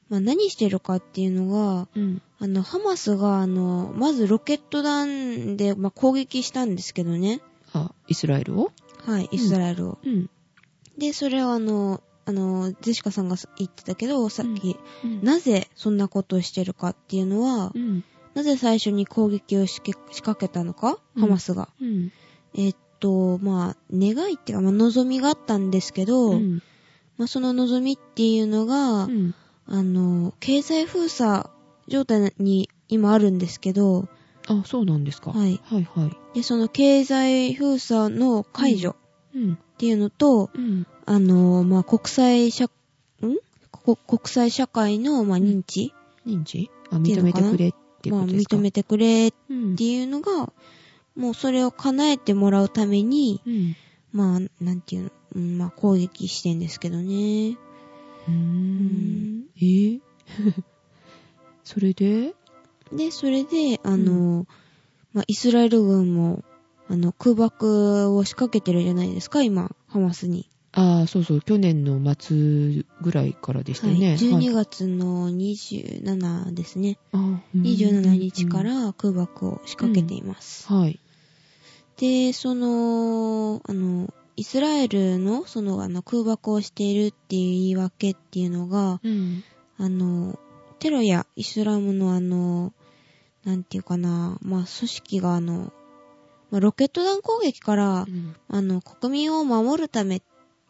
まあ、何してるかっていうのが、
うん。
あの、ハマスが、あの、まずロケット弾で、まあ、攻撃したんですけどね。
あ、イスラエルを
はい、イスラエルを。
うん。
で、それをあの、あの、ジェシカさんが言ってたけど、さっき、
うん
なぜそんなことをしてるかっていうのは、
うん。
なぜ最初に攻撃を仕掛け仕掛けたのか、
うん
ハマスが。
うん。
えーっと、まあ、願いっていうか、まあ、望みがあったんですけど、
うん。
まあ、その望みっていうのが、
うん。
あの、経済封鎖状態に今あるんですけど、
あ、そうなんですか。
はい
はいはい。
で、その経済封鎖の解除
うん。
っていうのと、
うん。
あの、まあ、国際社、んこ国際社会の、まあ、認知、
認知あ、
て
認
いうの
め
か
て
な
くれって
ま
こ
あ、
とですか。
認めてくれっ
うん
て。いうのが、もうそれを叶えてもらうために、
うん。
まあ、なんていうの、うんまあ、攻撃してんですけどね。
うーん。えー <laughs> それで
で、それで、あの、まあ、イスラエル軍も、あの、空爆を仕掛けてるじゃないですか、今、ハマスに。
ああ、そうそう、去年の末ぐらいからでしたよね。
はい、
はい
12月の27ですね。
あーうん
27日から空爆を仕掛けています。
はい。
で、その、あの、イスラエルの、その、あの、空爆をしているっていう言い訳っていうのが、
うん。
あの、テロやイスラムのあの、なんていうかな、まあ、組織があの、まあ、ロケット弾攻撃から、あの、国民を守るため、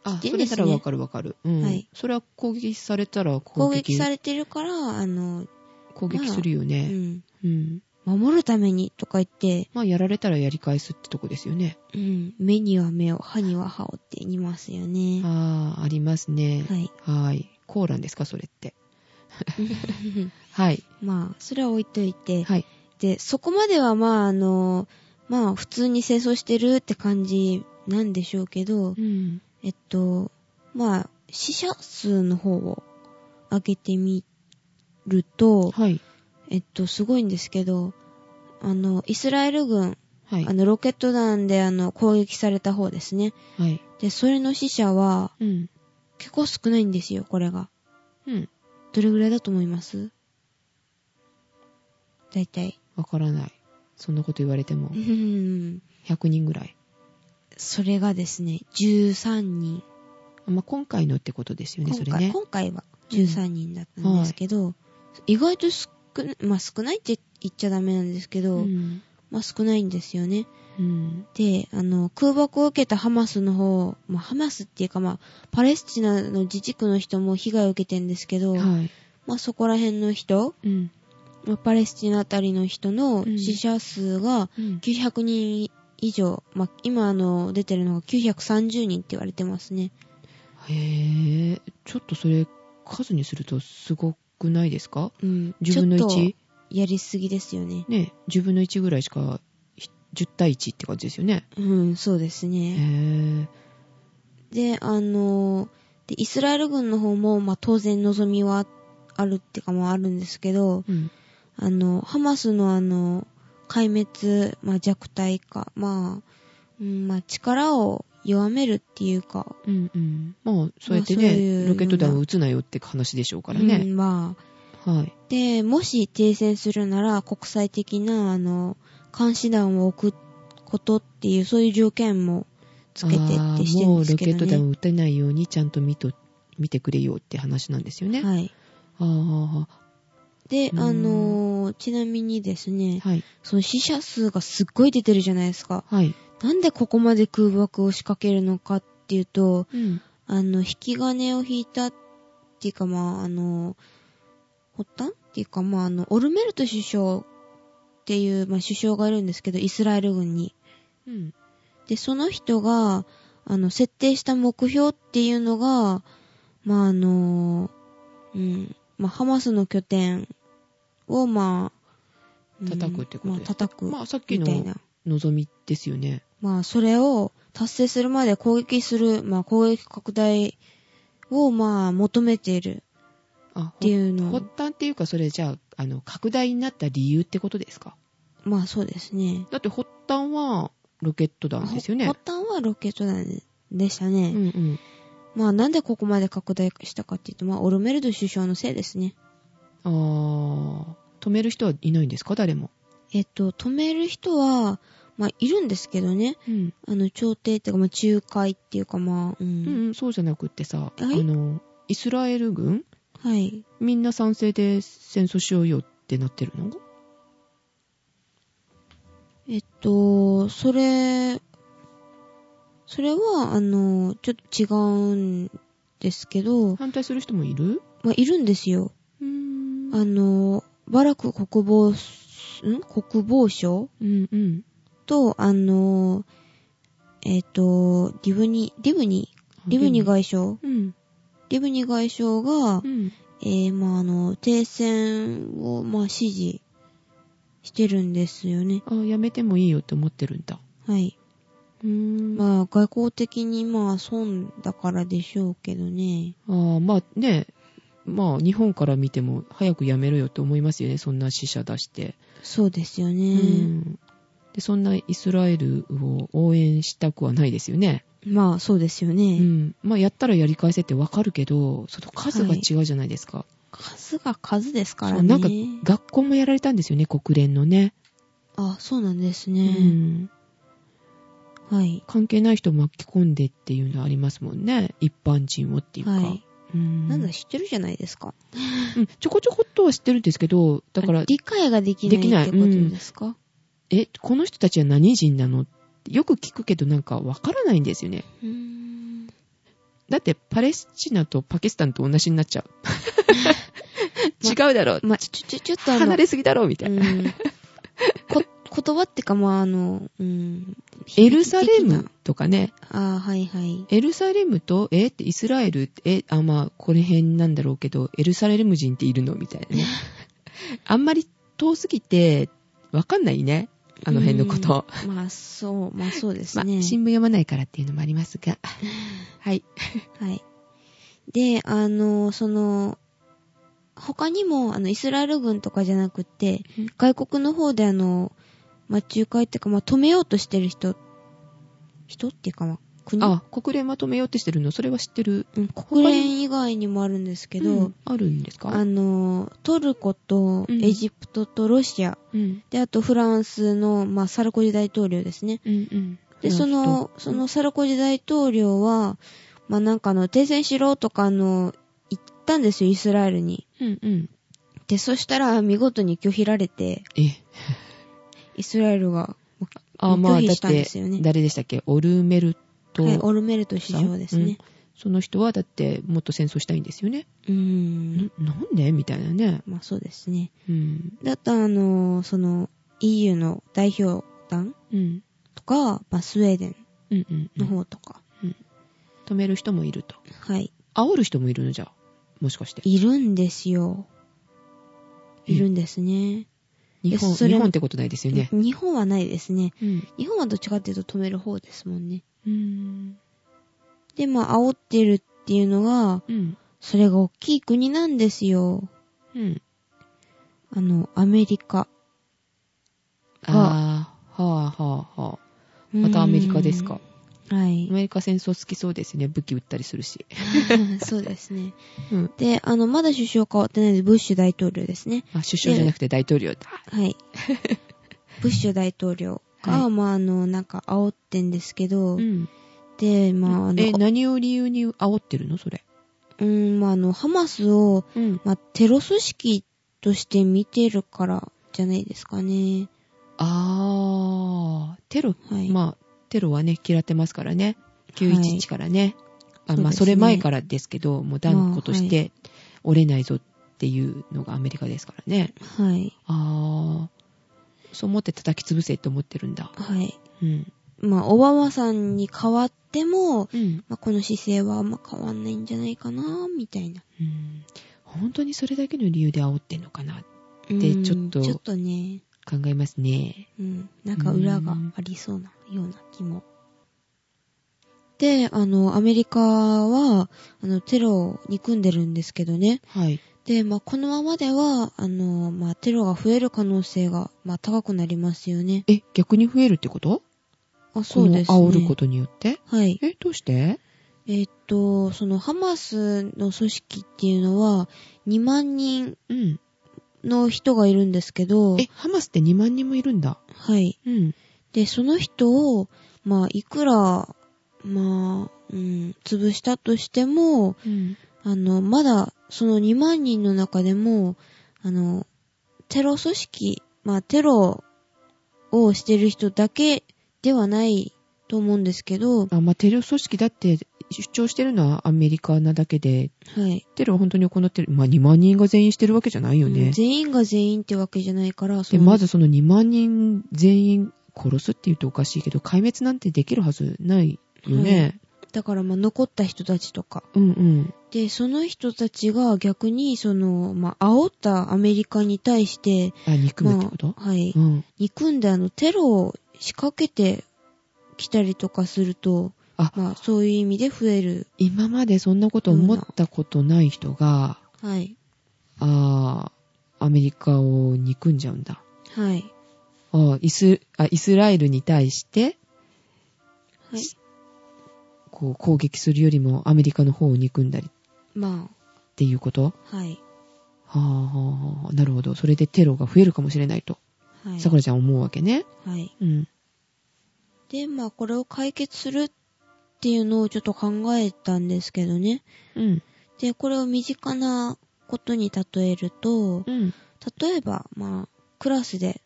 あ、
で
それならわかるわかる。うん。
はい
それは攻撃されたら攻
攻撃
撃、
されてるから、あの、
攻撃するよ
う
ね。
ん、
うん。
守るためにとか言って、
まあ、やられたらやり返すってとこですよね。
うん、目には目を、歯には歯をって言いますよね。は
ああ、ありますね。
い。
はい。コーランですか、それ
<laughs>
って。はい。
まあ、それは置いといて、
はい。
で、そこまではまあ、あの、まあ、普通に清掃してるって感じなんでしょうけど、
うん。
えっと、まあ、死者数の方を上げてみると、
はい。
えっと、すごいんですけど、あの、イスラエル軍、
はい
あ。の、ロケット弾で、あの、攻撃された方ですね。
はい。
で、それの死者は、
うん。
結構少ないんですよ、これが。
うん。
どれぐらいだと思いますだいたい。
わからない。そんなこと言われても
う、ん
100人ぐらい。
それがですね、13人。
あまあ、今回のってことですよね、
今
それ
回
ね。
今回は13人だったんですけど、意外と少な、まあ少ないって言っちゃダメなんですけど、
うん。
まあ少ないんですよね。
うん。
で、あの、空爆を受けたハマスの方、まあハマスっていうかまあ、パレスチナの自治区の人も被害を受けてんですけど、
はい。
まあそこら辺の人、
うん。
まあパレスチナあたりの人の
うん
死者数が
うん
900人以上、まあ今あの、出てるのが930人って言われてますね。
へえ、ちょっとそれ、数にするとすごくないですか
うん。
10分の
ちょっと
1?
やりすぎですよね。
ね、10分の1ぐらいしか、ひ10対1って感じですよね。
うん、そうです
へ
ね。
え、
で、あのーで、イスラエル軍の方も、まあ、当然望みはあるってか、まあ、あるんですけど、
うん。
あの、ハマスのあの、壊滅、まあ、弱体化、まあ、うん、まあ、力を弱めるっていうか、
うんうん。まあ、そうやって
まあそういうよう
ね、
な
ロケット弾を撃つなよって話でしょうからね
う。ん、まあ、
はい。
で、もし停戦するなら、国際的な、あの、監視団を置くことっていう、そういう条件もつけてってしてるん
も
で
う
す
ロ
け
ケ
ど、
ッ
ね。
ト弾を撃たないようにちゃんと見と、見てくれよって話なんですよね。い。
はい。
あ
で、
うん
あのーちなみにですね、
あ、はい。
その死者数がすっごい出てるじゃないですか。
はい。
なんでここまで空爆を仕掛けるのかっていうと、
うん。
あの、引き金を引いたっていうか、まあ、あの、発端っていうか、まあ、あの、オルメルト首相っていう、まあ、首相がいるんですけど、イスラエル軍に。
うん。
で、その人が、あの、設定した目標っていうのが、まあ、あの、うん、まあ、ハマスの拠点を、まあ、うん
叩くってこと
まあ、
ですね
叩く。
まあ、さっき
み
の
たいな。
望みですよね。
まあ、それを達成するまで攻撃する、まあ、攻撃拡大を、まあ、求めている
あ、
っていうのを
発、端っていうか、それじゃあ、あの、拡大になった理由ってことですか
まあ、そうですね。
だって発端はロケット弾ですよね
ほ。発端はロケット弾でした
う
ね。
んうん。
まあ、なんでここまで拡大したかっていうと、まあ、オルメルド首相のせいですね。
あー、止める人はいないんですか誰も。
えっと、止める人は、まあ、いるんですけどね。
うん。
あの、調停っていうか、まあ、仲介っていうか、まあ、う
うん
ん。
うん、そうじゃなくってさ、
い
あの、イスラエル軍
はい。
みんな賛成で戦争しようよってなってるの
えっと、それ、それは、あの、ちょっと違うんですけど、
反対する人もいる
まあ、いるんですよ。
うーん
あの、バラク国防、ん国防省
うんうん。
と、あの、えっと、リブニ、リブニ、リブニ外相
うん。
リブニ外相
う、
が
ん。
えー、まあ、あの、停戦を、まあ、支持してるんですよね。
あーやめてもいいよって思ってるんだ。
はい。
うーん。あ
まあ、外交的にまあ、損だからでしょうけどね。
ーまあね、まあ日本から見ても早くやめろよって思いますよね。そんな死者出して。
そうですよ
う
ね。
んでそんなイスラエルを応援したくはないですよね、
まあ、そうですよ
う
ね。
んまあ、やったらやり返せってわかるけどその数が違うじゃないですか、
数が数ですから
そう
ね。
なんか学校もやられたんですよね国連のね、
あ、そうなんです
う
ね。
ん、
はい。
関係ない人巻き込んでっていうのありますもんね一般人をっていうか、
はい。
うん
なんだ、知ってるじゃないですか。
うんちょこちょこっとは知ってるんですけどだから
あ理解ができない
できない
ってことですか
えこの人たちは何人なのってよく聞くけどなんかわからないんですよね
うーん。
だってパレスチナとパキスタンと同じになっちゃう。
<laughs>
違うだろう。
まあ、ちょ、ちょ、ちょっとあの、
離れすぎだろうみた
う
いな。
ん。こ、 <laughs> 言葉ってか、まあ、あの、うん。
エルサレ
響き的
ム
な。
とかね、
ああ、はいはい。
エルサレムと、えってイスラエルって、え、あ、まあ、この辺なんだろうけど、エルサレム人っているのみたいな
<laughs>
ね。あんまり遠すぎて、わかんないね。 <laughs> あの辺のこと。
うん。まあ、そう、まあそうです
まあ、
ね。
新聞読まないからっていうのもありますが。はい。
<laughs> はい。で、あの、その、他にも、あの、イスラエル軍とかじゃなくて、
うん
外国の方であの、まあ、仲介っていうか、まあ、止めようとしてる人、人っていうか、まあ、国
あ、国連まとめようってしてるの、それは知ってる
うん国連以外にもあるんですけ
け
ど、
ど、あるんですか
あの、トルコと
うん
エジプトとロシア、
うん。
で、あとフランスの、まあ、サルコジ大統領ですね。
うんうん。
で、その、そのサルコジ大統領は、まあ、なんかあの、停戦しろとかあの、言ったんですよ、イスラエルに。
うんうん。
で、そしたら見事に拒否られて、
え、
イスラエルが、
あ、まあ、
拒
だ
否
っ
したんで
て
すよね、
誰でしたっけオルメルト
はい、オルメルト市長ですね。
その人は、だって、もっと戦争したいんですよね。
うー。
なんなんでみたいなね。
まあそうですね。
うん。
だったら、あの、その、EU の代表団
うん。
とか、まあスウェーデン
うんうん、う
の
ん。
方とか、
止める人もいると。
はい、
煽る人もいるのじゃあ。もしかして。
いるんですよ。
え
いるんですね。
日本、
それ
日本ってことないですよね。
日本はないですね。
うん。
日本はどっちかっていうと止める方ですもんね。
うん。
で、まあ、煽ってるっていうのが、
うん。
それが大きい国なんですよ。
うん。
あの、アメリカ。
ああ、はあはあはあ。またアメリカですか。
うん。は
ア <laughs>
い。
メリカ戦争好きそうですね。武器売ったりするし。
そうですね。
うん。
で、あの、まだ首相変わってないです。ブッシュ大統領ですね。
あ、首相じゃなくて大統領だ。 <laughs>
はい。ブッシュ大統領が、
はい
まあ、あの、なんか煽ってんですけど、
うん。
で、まあ、あの、
え、何を理由に煽ってるのそれ。
うん、まあ、あの、ハマスを、
うん。
まあ、テロ組織として見てるからじゃないですかね。
あー、テロ、
はい。
まあ、テロはね、嫌ってますからね。911からね。あまあ、
そ
そう
ですね
れ前からですけど、もう断固とし
ま
て折れないぞっていうのがアメリカですからね。
はい。
あー、そう思って叩き潰せって思ってるんだ。
はい。
うん。
まあ、オバマさんに代わっても、
うん。
まあ、この姿勢はあんま変わんないんじゃないかな、みたいな。
うん本当にそれだけの理由で煽ってんのかなで
うん
ちょっと
ちょっとね、
考えますね。
うん、なんか裏がありそうなような気も。で、あの、アメリカは、あの、テロを憎んでるんですけどね。
はい。
で、まあ、このままでは、あの、まあ、テロが増える可能性が、まあ、高くなりますよね。
え、逆に増えるってこと
あ、そうですね。
この煽ることによって
はい。
え、どうして
えーっと、その、ハマスの組織っていうのは、2万人
うん。
の人がいるんですけど、
え、ハマスって2万人もいるんだ。
はい。
うん。
で、その人を、まあ、いくら、まあ、うん、潰したとしても、
うん。
あの、まだ、その2万人の中でも、あの、テロ組織、まあ、テロをしてる人だけではないと思うんですけど、は
あ、まあ、テロ組織だって主張してるのはアメリカなだけで、
い。
テロは本当に行ってる。まあ、2万人が全員してるわけじゃないよ
うん
ね。
全員が全員ってわけじゃないから、そ
で、
の
まずその2万人全員殺すって言うとおかしいけど、壊滅なんてできるはずないよね。
だから、まあ、残った人たちとか。
うんうん。
で、その人たちが逆に、その、まあ、煽ったアメリカに対して、
あ、憎むってこと、
まあ、はい。
うん。
憎んであのテロを仕掛けてきたりとかすると、
あ
まあそういう意味で増える。
今までそんなこと思ったことない人が、
はい。
ああ、アメリカを憎んじゃうんだ。
はい。
ああイスあイスラエルに対して
はい。
こう攻撃するよりもアメリカの方を憎んだりっ
ま
ていうこと
あ、はい。
はあ、はあ、なるほど。それでテロが増えるかもしれないと、
はい。
さくらちゃん思うわけね。
はい。
うん。
で、まあこれを解決するっていうのをちょっと考えたんですけどね。
うん。
で、これを身近なことに例えると、
うん。
例えば、まあ、クラスで、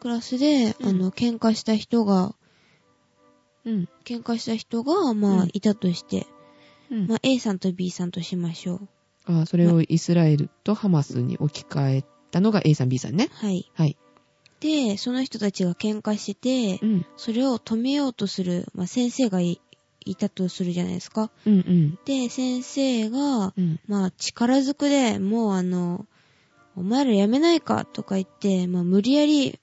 クラスで、
うん
あの、喧嘩した人が、
うん。
喧嘩した人が、まあ、
うん
いたとして、
うん
まあ、A さんと B さんとしましょう。
ああそれをイスラエルとハマスに置き換えたのが A さん B さんね。
はい。
はい。
で、その人たちが喧嘩してて、
うん。
それを止めようとする、まあ、先生がいいたとするじゃないですか。
うんうん。
で、先生が、
うん。
まあ、力ずくでもうあの、お前らやめないかとか言って、まあ、無理やり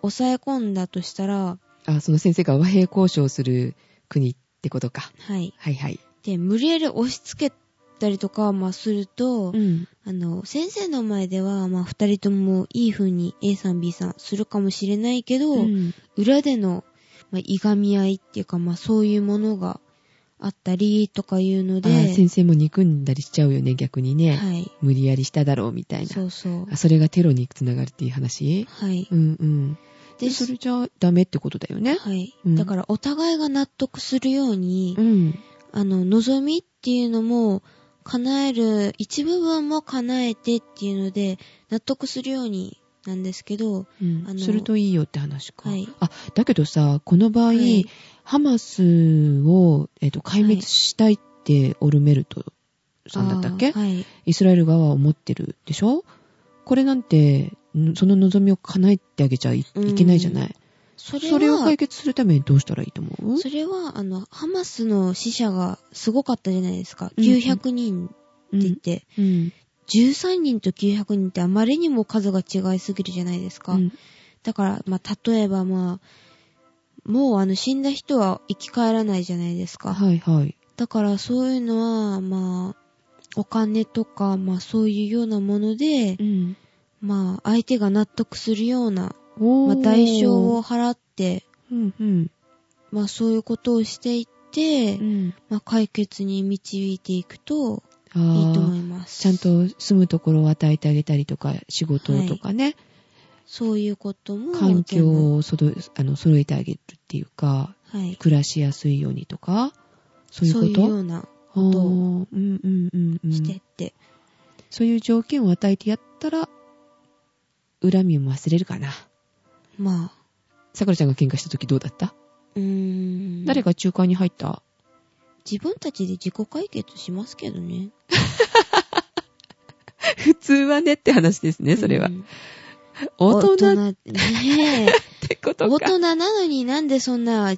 抑え込んだとしたら、
あ、その先生が和平交渉する国ってことか。
はい。
はいはい。
で、無理やり押し付けたりとか、まあ、する
う
と、
ん。
あの、先生の前では、まあ、二人ともいい風に A さん B さんするかもしれないけど、
うん
裏での、まあ、いがみ合いっていうか、まあ、そういうものがあったりとかいうの
あ
で、
ー先生も憎んだりしちゃうよね、逆にね。
はい。
無理やりしただろうみたいな。
そうそう。
あそれがテロにつながるっていう話
はい。
うんうん。
で
で、それじゃダメってことだよね。
はい。
うん
だから、お互いが納得するように、
うん。
あの、望みっていうのも、叶える、一部分も叶えてっていうので、納得するようになんですけど、
うん
あの
するといいよって話か。
はい
あ、だけどさ、この場合、
はい
ハマスを、えっと壊滅したいってオルメルトさんだったっけ、
あーはい。
イスラエル側は思ってるでしょこれなんて、んその望みを叶えてあげちゃい
うん
いけないじゃない、
それは、
それを解決するためにどうしたらいいと思う
それは、あの、ハマスの死者がすごかったじゃないですか。
うん
900人って
うん
言って、
うん
13人と900人ってあまりにも数が違いすぎるじゃないですか。
うん
だから、まあ、例えばまあ、もうあの、死んだ人は生き返らないじゃないですか。
はいはい。
だからそういうのは、まあ、お金とか、まあそういうようなもので、
ん。
まあ相手が納得するような、
お
まあ
ー
代償を、払って、
うんうん
まあそういうことをしていって、
うん、
まあ解決に導いていくと
あ
いいと
ー
思います。
ちゃん。と住むところを与えてあげたりとか、仕事とかね、
そういうことも。
環
全部
境をそどあの揃えてあげるっていうか、
はい。
暮らしやすいようにとか、そういう
そう
こ
いう
と
ようなこと
あー
を
うんうんうんうん
してって。
そういう条件を与えてやったら、恨みも忘れるかな。
まあ、
さくらちゃんが喧嘩した時どうだった、
うーん。
誰が仲介に入った
自分たちで自己解決しますけどね。
普通はねって話ですね、それは。
うん
大人っ
大人
<laughs>
ねえ。
てこと
大
か。
人なのになんでそんな、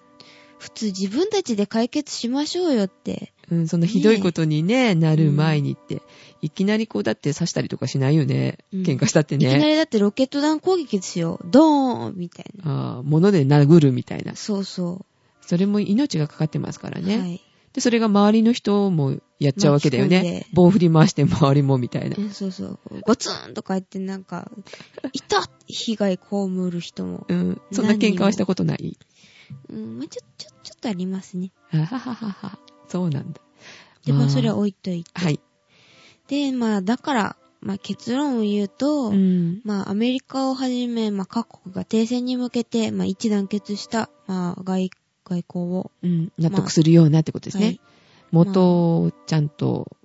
普通自分たちで解決しましょうよって。
うん、そんなひどいことに、ねなる前にって、いきなりこうだって刺したりとかしないよね。
うん
喧嘩したって
いきな
ね。
りだってロケット弾攻撃ですよ。ドーンみたいな。
あー物で殴るみたいな。
そうそ
それも命がかかってますから
う。
ね。
はい。
で、それが周りの人もやっちゃうわけだよ
巻き込ん
ね
で。
棒振り回して周りもみたいな
う。んそうそう。ゴツンとか言ってなんか、いたって被害被る人も。
うん。そんな喧嘩はしたことない。
うん、まあ、ちょ、ちょ、ちょっとありますね。
あはははは。そうなんだ。
で、まあ、それは
は、
置いといて。
はい。
で、まあ、だから、まあ、結論を言うと、
うん。
まあ、アメリカをはじめ、まあ、各国が停戦に向けて、まあ、一致団結した、まあ、外、外交を。
うん。納得するようなってことですね。
はい
元をちゃんと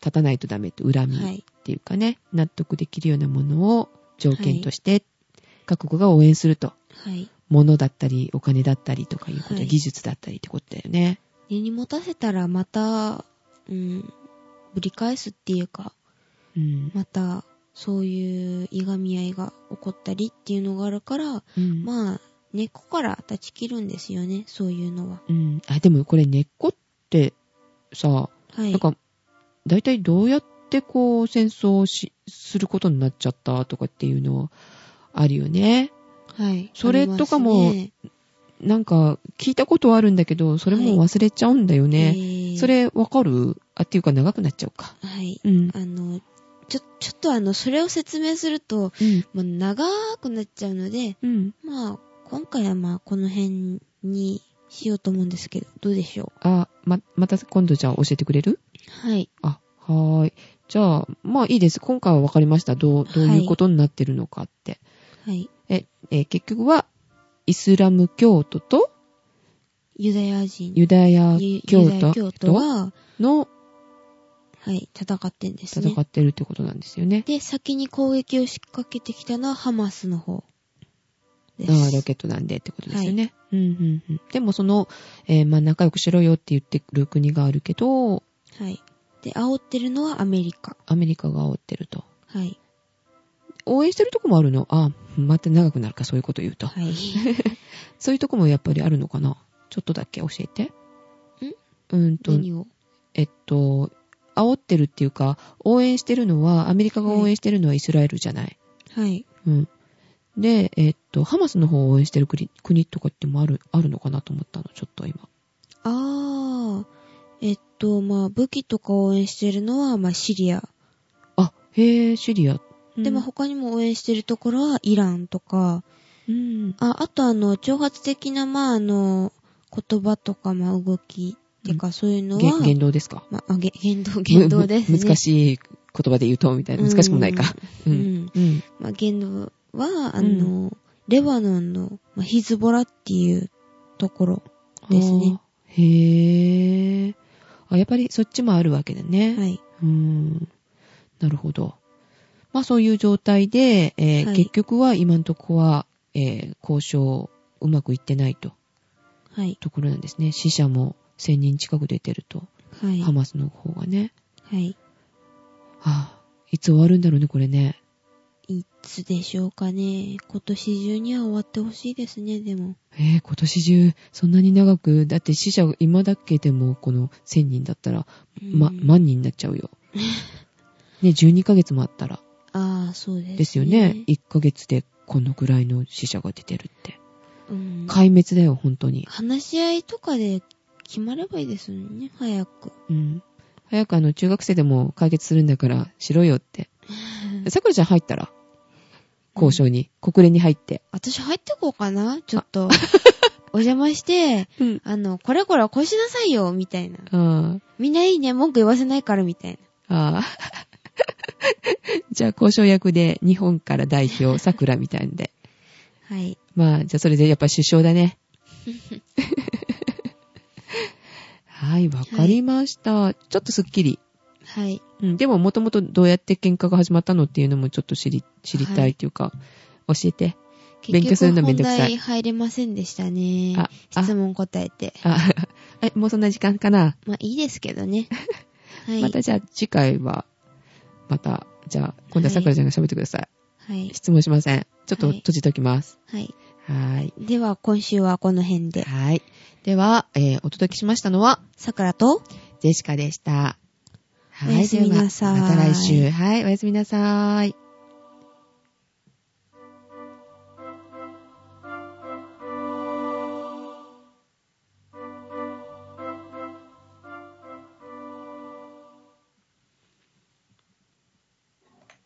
立たないとダメって、恨み
は
っ
い。
ていうかね、納得できるようなものを条件として、各国が応援すると。
はい。
物だったり、お金だったりとかいうこと、
はい
技術だったりってことだよね。
根に持たせたらまた、うん、ぶり返すっていうか、
うん。
また、そういういがみ合いが起こったりっていうのがあるから、
うん
まあ、根っこから断ち切るんですよね、そういうのは。
うん。あ、でもこれ根っこってさ、
はい。
なんか、大体どうやってこう戦争をし、することになっちゃったとかっていうのはあるよね。
はい。
それとかも
あり
なんか、聞いたことはあるんだけど、それも忘れちゃうんだよ
ますね
ね。
えー
それわかるあ、っていうか長くなっちゃうか。
はい。
うん。
あの、ちょ、ちょっとあの、それを説明すると、
うん。
もう長くなっちゃうので、
うん。
まあ、今回はまあ、この辺にしようと思うんですけど、どうでしょ
あ、ま、また今度じゃあ教えてくれる
うはい。
あ、はーい。じゃあ、まあいいです。今回はわかりました。どう、どういうことになってるのかって。
はい。
えー結局は、イスラム教徒と
ユダヤ人。
ユダヤ
ゆ
教
ユダヤ
徒
教徒は、
の
はい、戦ってんですね
戦。ってるってことなんですよね。
で、先に攻撃を仕掛けてきたのはハマスの方です。
ああロケットなんでってことですよね。うんうんうん、でもその、えーまあ仲良くしろよって言ってる国があるけど、
はい。で、煽ってるのはアメリカ。
アメリカが煽ってると。
はい。
応援してるとこもあるのああ、また長くなるか、そういうこと言うと。
はい。
そういうとこもやっぱりあるのかなちょっとだけ教えて。うんと、
<laughs> 何を
えっと、煽ってるっていうか、応援してるのは、アメリカが応援してるのはイスラエルじゃない。
はい。
うん。で、えっと、ハマスの方を応援してる国国とかってもある、あるのかなと思ったの、ちょっと今。
あー、えっと、まあ、武器とかを応援してるのは、まあ、シリア。
あ、へえ、シリア。
で、
うん、
まあ、他にも応援してるところは、イランとか、
うん。
あ、あとあの、挑発的な、まあ、あの、言葉とか、まあ、動き、てか、そういうの
げ
は、
言動ですか
まあ、あげ言動、言動ですね。
む難しい言葉で言うと、みたいな。難しくもないか。う。
うんん。
うん。
まあ、言動は、あの、レバノンの、まあ、ヒズボラっていうところですね。
あー。へえ。あ、やっぱりそっちもあるわけだね。
はい。
うん。なるほど。まあそういう状態で、えー
はい
結局は今のとこは、えー交渉うまくいってないと
はい。
ところなんですね。死者も1000人近く出てると。
はい。
ハマスの方がね。
はい。
ああ、いつ終わるんだろうね、これね。
いつでしょうかね。今年中には終わってほしいですね、でも。
えー今年中、そんなに長く、だって死者今だけでもこの1000人だったら、
うん
ま、万人になっちゃう
<laughs>
よ。ね、12ヶ月もあったら。
ああ、そうです、ね。
ですよね。1ヶ月でこのぐらいの死者が出てるって。
うん。
壊滅だよ、本当に。
話し合いとかで決まればいいですよね、
<laughs>
早く。
うん。早くあの、中学生でも解決するんだから、しろよって。さくらちゃん入ったら交渉に。国連に入って。
私入ってこうかなちょっ
<laughs>
と。お邪魔して、
うん。
あの、これこれこうしなさいよ、みたいな。
あ
みんないいね、文句言わせないから、みたいな。
あ。ああ。 <laughs> じゃあ、交渉役で日本から代表、さくらみたいんで。
はい。
まあ、じゃあそれでやっぱ首相だね。はい、わかりました。ちょっとすっきり。
はい。
うん、でももともとどうやって喧嘩が始まったのっていうのもちょっと知り、知りたいというか、教えて。勉強するのめんどくさい
結局本題入れませんでしたね。
あ、
質
あ、
問答えて。
あ、 <laughs> えもうそんな時間かな、
まあいいですけど
<laughs>
ね。はい。
またじゃあ次回は、また、じゃあ、今度はさくらちゃんが喋ってください,、
はい。
質問しません。ちょっと
はい
閉じときます。
はい。
はーい。
では、今週はこの辺で。
はーい。では、えーお届けしましたのは、
さくらと、
ジェシカでした。は
おやすみなさい
ではまた来週。はい、おやすみなさい。